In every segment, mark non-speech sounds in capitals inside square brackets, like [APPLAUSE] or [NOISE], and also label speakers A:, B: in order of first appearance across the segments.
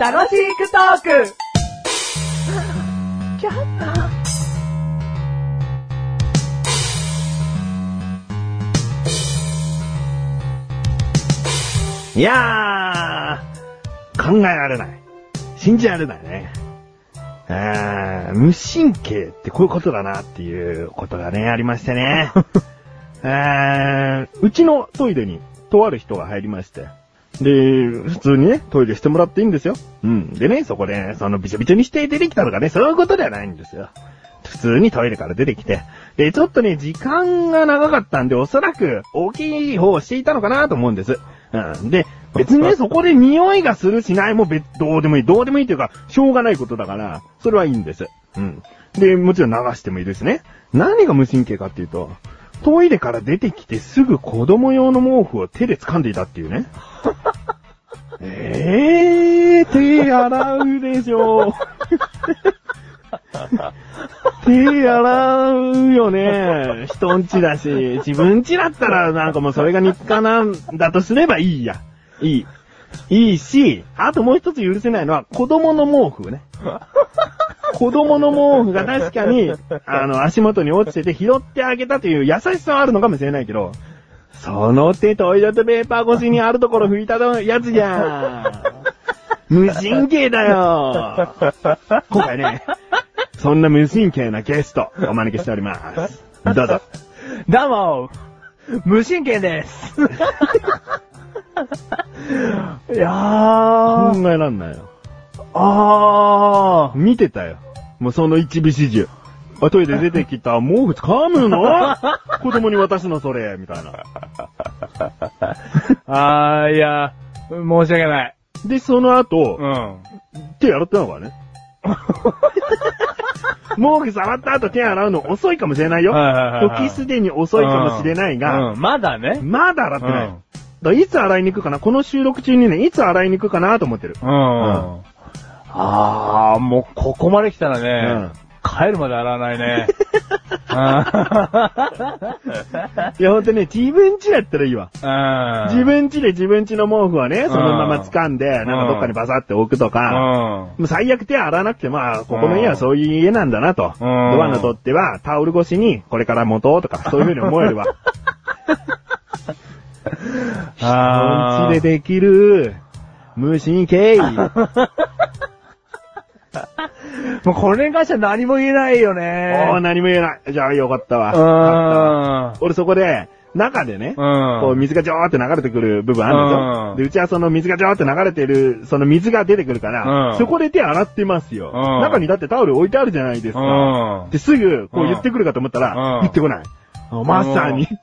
A: 楽しくトーク
B: いやー、考えられない。信じられないね。えー、無神経ってこういうことだなっていうことがね、ありましてね。えー、うちのトイレにとある人が入りまして。で、普通にね、トイレしてもらっていいんですよ。うん。でね、そこで、そのびちょびちょにして出てきたとかね、そういうことではないんですよ。普通にトイレから出てきて。で、ちょっとね、時間が長かったんで、おそらく大きい方をしていたのかなと思うんです。うん。で、別にね、そこで匂いがするしないも別、どうでもいい。どうでもいいというか、しょうがないことだから、それはいいんです。うん。で、もちろん流してもいいですね。何が無神経かっていうと、トイレから出てきてすぐ子供用の毛布を手で掴んでいたっていうね。えー、手洗うでしょ。手洗うよね。 [LAUGHS] 人んちだし、自分ちだったらなんかもうそれが日課なんだとすればいいや。いい。いいし、あともう一つ許せないのは子供の毛布ね。子供の毛布が確かに、あの、足元に落ちてて拾ってあげたという優しさはあるのかもしれないけど、その手トイレットペーパー越しにあるところ拭いたやつじゃん。無神経だよ。今回ね、そんな無神経なゲスト、お招きしております。どうぞ。
A: どうも無神経ですいや
B: 考
A: ー、
B: えらんないよ。
A: あー、
B: 見てたよ。もうその一尾始終。あ、トイレ出てきた毛布掴むの子供に渡すのそれ、みたいな。
A: あー、いや、申し訳ない。
B: で、その後、
A: うん。
B: 手洗ってな
A: [LAUGHS]
B: かったね。毛布触った後手洗うの遅いかもしれないよ。
A: はいはいはいは
B: 時
A: い
B: すでに遅いかもしれないが、
A: うん、まだね。
B: まだ洗ってない。
A: うん
B: だからいつ洗いに行くかなこの収録中にね、いつ洗いに行くかなと思ってる。
A: うん。あー、もうここまで来たらね、帰るまで洗わな
B: [LAUGHS]
A: いね。
B: いや、ほんとね、自分家やったらいいわ。
A: うん。
B: 自分家で自分家の毛布はね、そのまま掴んで、なんんかどっかにバサって置くと
A: う
B: か、
A: ん。
B: もう最悪手洗わなくて、まあ、ここの家はそういう家なんだなと。ド
A: うん
B: アにとっては、タオル越しに、これから持とうとか、そういうふうに思えるわ。
A: あ
B: お家でできる、無神経。
A: もうこれに関しては何も言えないよね。
B: おー、何も言えない。じゃあ、よかったわ。
A: う
B: よかったわ
A: ん。
B: 俺そこで、中でね、こう
A: うん。
B: 水がジョーって流れてくる部分あるんですよ。
A: うん
B: で、うちはその水がジョーって流れてる、その水が出てくるから、
A: うん
B: そこで手洗ってますよ。
A: うん
B: 中にだってタオル置いてあるじゃないですか。
A: うん
B: で、すぐ、こう言ってくるかと思ったら
A: う、ん
B: 言ってこない。まさ
A: [LAUGHS]
B: に、手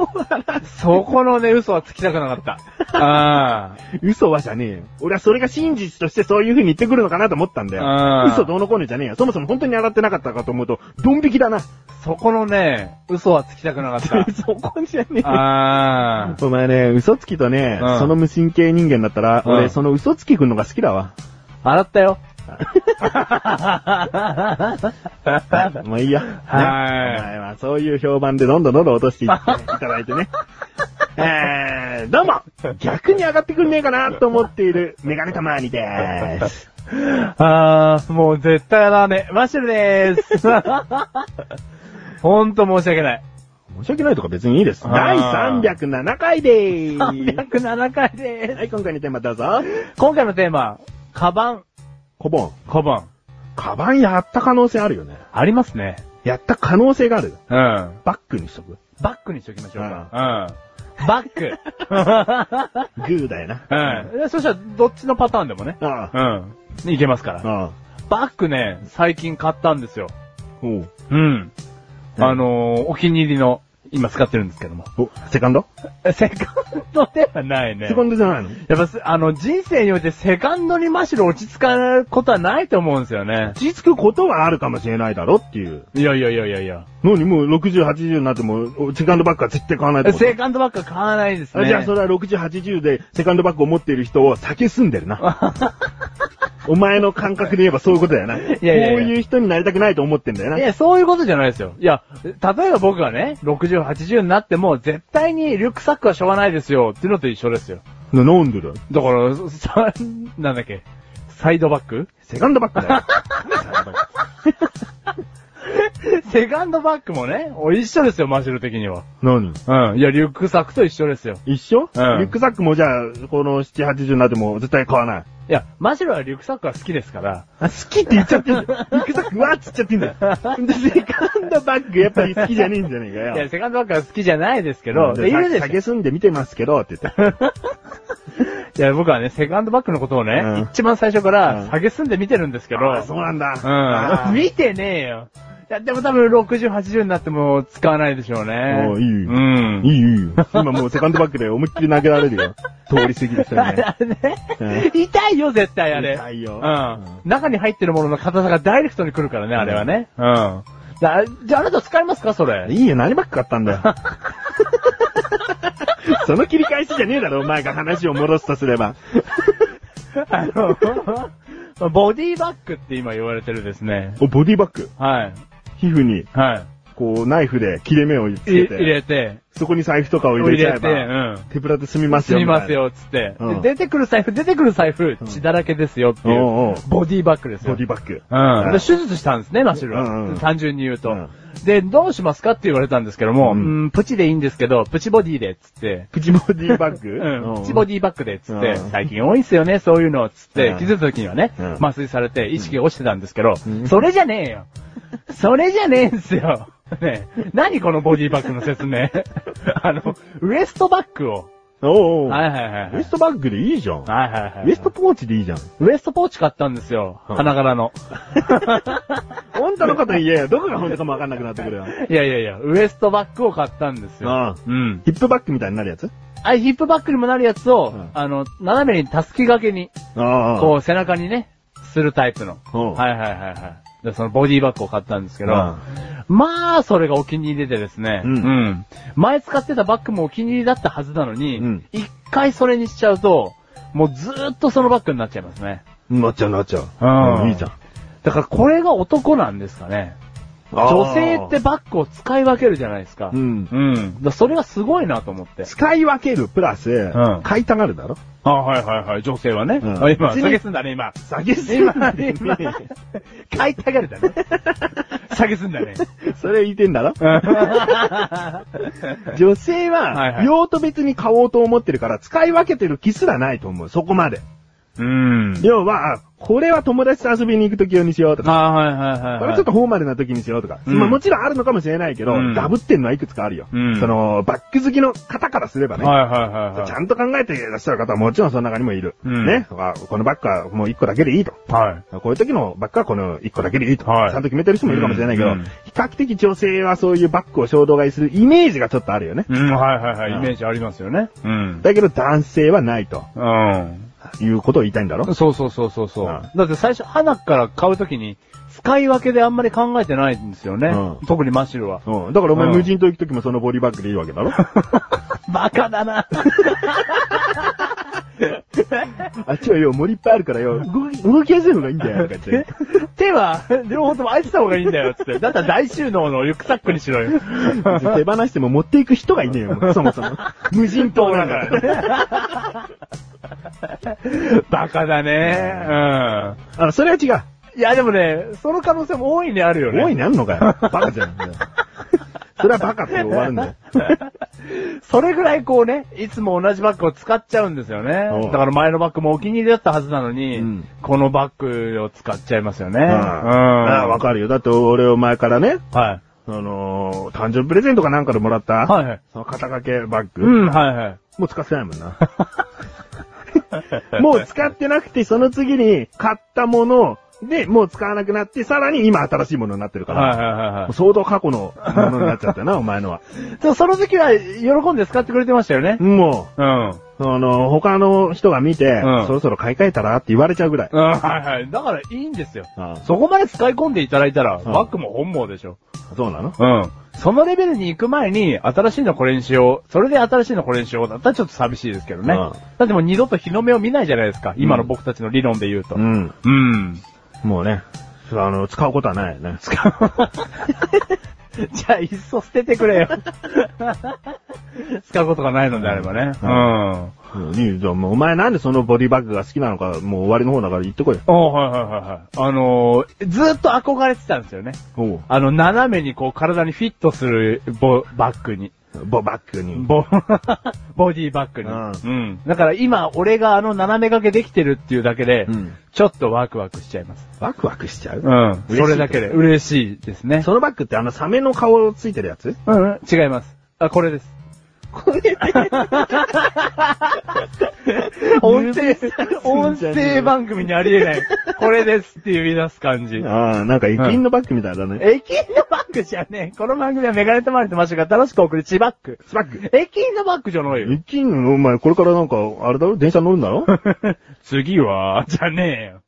B: を洗う
A: そこのね、嘘はつきたくなかった。あ
B: 嘘はじゃねえよ。俺はそれが真実としてそういう風に言ってくるのかなと思ったんだよ。
A: うん
B: 嘘どうのこうのじゃねえよ。そもそも本当に洗ってなかったかと思うと、ドン引きだな。
A: あ。そこのね、嘘はつきたくなかっ
B: そこじゃねえ
A: た。
B: よ。
A: [LAUGHS] ああ。
B: お前ね、嘘つきとね、
A: うん
B: その無神経人間だったら、
A: うん
B: 俺その嘘つきくんのが好きだわ。
A: 洗った [LAUGHS] よ。
B: [LAUGHS] もういいや。
A: はい
B: ねお前はそういう評判でどんどんどんどん落としていっていただいて [LAUGHS] ね。えー、どうも逆に上がってくんねえかなと思っているメガネたまーにでーす。
A: ああ、もう絶対洗わねえ。マッシュルでー [LAUGHS] す。ほんと申し訳ない。
B: 申し訳ないとか別にいいです。
A: あ
B: 第
A: ー
B: 307回でーす。
A: 307回で
B: はい、今回のテーマどうぞ。
A: す。今回のテーマ、カバン。
B: コボン。
A: カバン。
B: カバンやった可能性あるよね。
A: ありますね。
B: やった可能性がある。
A: うん。
B: バックにしとく。
A: バックにしときましょうか。うん。バック。
B: グーだよな。
A: うん。でそしたら、どっちのパターンでもね。
B: ああ。
A: うん。いけますから。
B: ああ。
A: バックね、最近買ったんですよ。
B: おう
A: うん。
B: うん
A: あのー、お気に入りの、今使ってるんですけども。
B: お、セカンド
A: えセカンドではないね
B: セ。カンドじゃないの
A: やっぱす、あの、人生においてセカンドにましろ落ち着かないことはないと思うんですよね。
B: 落ち着くことはあるかもしれないだろっていう。
A: いやいやいやいやいや。
B: 何もう60、80になっても、セカンドバッグは絶対買わないってこと
A: セカンドばっか買わないです
B: あ
A: ね。
B: じゃあそれは60、80でセカンドバッグを持っている人を酒すんでるな。お前の感覚で言えば [LAUGHS] そういうことだよな。
A: いやいやいや
B: こういう人になりたくないと思ってんだよな。
A: [LAUGHS] いや、そういうことじゃないですよ。いや、例えば僕がね、60、80になっても、絶対にリュックサックはしょうがないですよ、っていうのと一緒ですよ。
B: な、なんでだよ
A: だから、さ、なんだっけ、サイドバック
B: セカンドバックだよ。サイドバ [LAUGHS] ッ
A: [LAUGHS] セカンドバックもね、お一緒ですよ、マシュル的には。
B: ク何
A: うん。いや、リュックサックと一緒ですよ。
B: 一緒
A: うん
B: リュックサックもじゃあ、この7、80になっても絶対買わない。
A: いや、マシュルはリュックサックが好きですから。
B: あ、好きって言っちゃ [LAUGHS] ってんだよ。リュックサックわーっつっちゃってんだよ。 [LAUGHS] で、セカンドバッグやっぱり好きじゃねえんじゃねえか
A: いや、
B: よ。
A: セカンドバックは好きじゃないですけど、でいるで
B: 下げ
A: し
B: すんで見てますけど、って言って。
A: ょ。いや、僕はね、セカンドバックのことをね、
B: うん
A: 一番最初か
B: うん
A: ら、下げすんで見てるんですけど、
B: あ、そうなんだ。
A: うん。見てねえよ。いや、でも多分60、80になっても使わないでしょうね。
B: もういいよ
A: うん。
B: いいよいいよ。今もうセカンドバッグで思いっきり投げられるよ。通り過ぎて
A: あ
B: たね。
A: れね。痛いよ、絶対あれ。
B: 痛いよ
A: うん。中に入ってるものの硬さがダイレクトに来るからね、あれはね。うん。だじゃあ、あなた使いますか、そ
B: [LAUGHS]
A: れ。
B: いいよ、何バッグ買ったんだよ。その切り返しじゃねえだろ、お前が話を戻すとすれば。
A: あの、ボディバッグって今言われてるですね。
B: お、ボディバッグ。
A: はい。
B: 皮膚に、
A: は
B: こう、ナイフで切れ目をつ
A: い。い
B: けて、
A: 入れて、
B: そこに財布とかを入
A: 入
B: れちゃ
A: れ
B: え
A: て、
B: ば、
A: うん。
B: 手ぶらで済みますよ。
A: みます。よ、つって、
B: うん
A: で出てくる財布、出てくる財布、血だらけですよっていう、
B: おうおう
A: ボディバッグですよ。
B: ボディバッグ。
A: うん。で手術したんですね、マシュルは。
B: うんうん
A: 単純に言うと、
B: うん
A: で、どうしますかって言われたんですけども、
B: う
A: うんん、プチでいいんですけど、プチボディで、つって。
B: プチボディバッグ
A: うん、プチボ
B: デ
A: ディバッグで、つって、
B: うん
A: 最近多いんすよね、そういうの、つって、
B: うん
A: 気づいた時にはね、
B: うん
A: 麻酔されて意識が落ちてたんですけど、
B: うん
A: それじゃねえよ。それじゃねえん
B: [LAUGHS]
A: すよ。ねえ何このボディバッグの説明あの、ウエストバッグを。
B: おうおう
A: はいはいはい。
B: ウエストバッグでいいじゃん。
A: はいはいはい。
B: ウエストポーチでいいじゃん。
A: ウエストポーチ買ったんですよ。
B: うん
A: 花柄の。
B: 本当のこと言えよ。どこが本当かもわかんなくなってくるよ。
A: いやいやいや、ウエストバッグを買ったんですよ。
B: ああ
A: うん。
B: ヒップバッグみたいになるやつ
A: あ、ヒップバッグにもなるやつを、
B: うん
A: あの、斜めにたすき掛けに、
B: あ
A: こう背中にね、するタイプの。
B: うん
A: はいはいはいはい。で、そのボディバッグを買ったんですけど、
B: うん
A: まあ、それがお気に入りでですね、
B: うん
A: ん前使ってたバッグもお気に入りだったはずなのに
B: うん、
A: 一、回それにしちゃうと、もうずーっとそのバッグになっちゃいますね。
B: なっちゃうなっちゃ
A: うん
B: う。いいじゃん。
A: だからこれが男なんですかね。女性って、バッグを使い分けるじゃないですか。
B: うん。
A: うん。だからそれがすごいなと思って。
B: 使い分けるプラス
A: うん、
B: 買いたがるだろ
A: あ、はいはいはい。女性はね。
B: うん
A: あ今、
B: 別に
A: 下げすんだね、今。
B: 下げす
A: 今、今、
B: [LAUGHS]
A: 買いたがるだね。下げすんだね。
B: それ言ってんだろ女性
A: はい
B: は、
A: はい
B: 用途別に買おうと思ってるから、使い分けてる気すらないと思う。そこまで。
A: うん。
B: 要は、あこれは友達と遊びに行く時用にしようとか、
A: あはいはいはい、はい。
B: これはちょっとフォーマルな時にしようとか、
A: うん
B: まあもちろんあるのかもしれないけど、
A: うん
B: ダブってんのはいくつかあるよ。
A: うん
B: その、バック好きの方からすればね、
A: はいはいはい、はい。
B: ちゃんと考えていらっしゃる方はもちろんその中にもいる。
A: うん
B: ね。あこのバッグはもう1個だけでいいと。
A: はい。
B: こういう時のバッグはこの1個だけでいいと。
A: はい
B: ちゃんと決めてる人もいるかもしれないけど、
A: うんうん
B: 比較的女性はそういうバッグを衝動買いするイメージがちょっとあるよね。
A: うん、はいはい
B: うん
A: はい。イメージありますよね。うん。
B: だけど男性はないと
A: う
B: いうことを言いたいんだろ
A: ん。そうそうそうそうそう。
B: うん
A: だって最初、花から買うときに、使い分けであんまり考えてないんですよね。
B: うん
A: 特にマシルは。
B: うん。だからお前
A: うん
B: 無人島行く時もそのボディバッグでいいわけ
A: [LAUGHS]
B: だろ
A: バカだな。
B: あっちはよ、森いっぱいあるからよ、動き、動きやすい方がいいんだよ、とか言って。
A: 手は、両方とも開いてた方がいいんだよ、つって。だったら大収納のリュックサックにしろよ。
B: [LAUGHS] 手放しても持っていく人がいねえよ、
A: [LAUGHS]
B: もうそもそも。無人島だから。
A: バカだね。
B: [LAUGHS] あ、それは違う。
A: うん。いや、でもね、その可能性も大いにあるよね。
B: 大いにあんのかよ。バカ
A: [LAUGHS]
B: じゃん。それはバカって終わるんだよ。
A: それぐらいこうね、いつも同じバッグを使っちゃうんですよ
B: おう
A: ね。だから前のバッグもお気に入りだったはずなのに、
B: うん
A: このバッグを使っちゃいますよね。
B: う
A: うんん。
B: あわかるよ。だって俺を前からね、
A: はい。
B: あのー、誕生日プレゼントかなんかでもらった、
A: はいはい。
B: その肩掛けバッグ、
A: うん、はいはい。
B: もう使ってないもんな。 [LAUGHS] もう使ってなくて、その次に買ったもので、もう使わなくなって、さらに今新しいものになってるから、
A: はいはいはいは
B: もう相当過去のものになっちゃったな、お前のは。
A: い。でもその時は喜んで使ってくれてましたよね。
B: も
A: うん。うん、
B: う、あの、他の人が見て、
A: うん
B: そろそろ買い替えたらって言われちゃうぐらい。
A: はいはい。だからいいんですよ。
B: ああ
A: そこまで使い込んでいただいたら、
B: ん
A: バッグも本望でしょ。
B: そうなの
A: うん。そのレベルに行く前に、新しいのこれにしよう。それで新しいのこれにしようだったらちょっと寂しいですけどね。
B: うん
A: だってもう二度と日の目を見ないじゃないですか。今の僕たちの理論で言うと。
B: う。ん。
A: うん。
B: もうね、あの、使うことはないよね。
A: 使う。 [LAUGHS] じゃあ、いっそ捨ててくれよ。使うことがないのであればね。
B: う
A: うん。
B: うんねじゃあもうお前なんでそのボディバッグが好きなのか、もう終わりの方だから言ってこいよ。
A: あはいはいはいはい。あのー、ずーっと憧れてたんですよね。
B: おう
A: あの、斜めにこう体にフィットするボバッグに。
B: ボバッグに。
A: ボ、 [LAUGHS] ボディバッグに。
B: う
A: うん。だから今、俺があの斜め掛けできてるっていうだけで、
B: うん
A: ちょっとワクワクしちゃいます。
B: ワクワクしちゃう
A: うん。
B: 嬉しい
A: それだけで嬉しいですね。
B: そのバッグってあのサメの顔ついてるやつ
A: うんうん、違います。あ、これです。
B: これ
A: 音声、
B: 音
A: 音
B: 声
A: 声
B: 番
A: 番組にありえない。これですっていう言い出す感じ。
B: ああ、なんか駅員のバッグみたいだね。
A: 駅員のバッグじゃねえ。この番組はメガネとマリとマシュが楽しく送るチバック。
B: スバッグ。
A: 駅員のバッグじゃない
B: [LAUGHS]
A: よ。
B: 駅員のお前これからなんか、あれだろ電車乗るんだろ
A: 次は、じゃねえよ。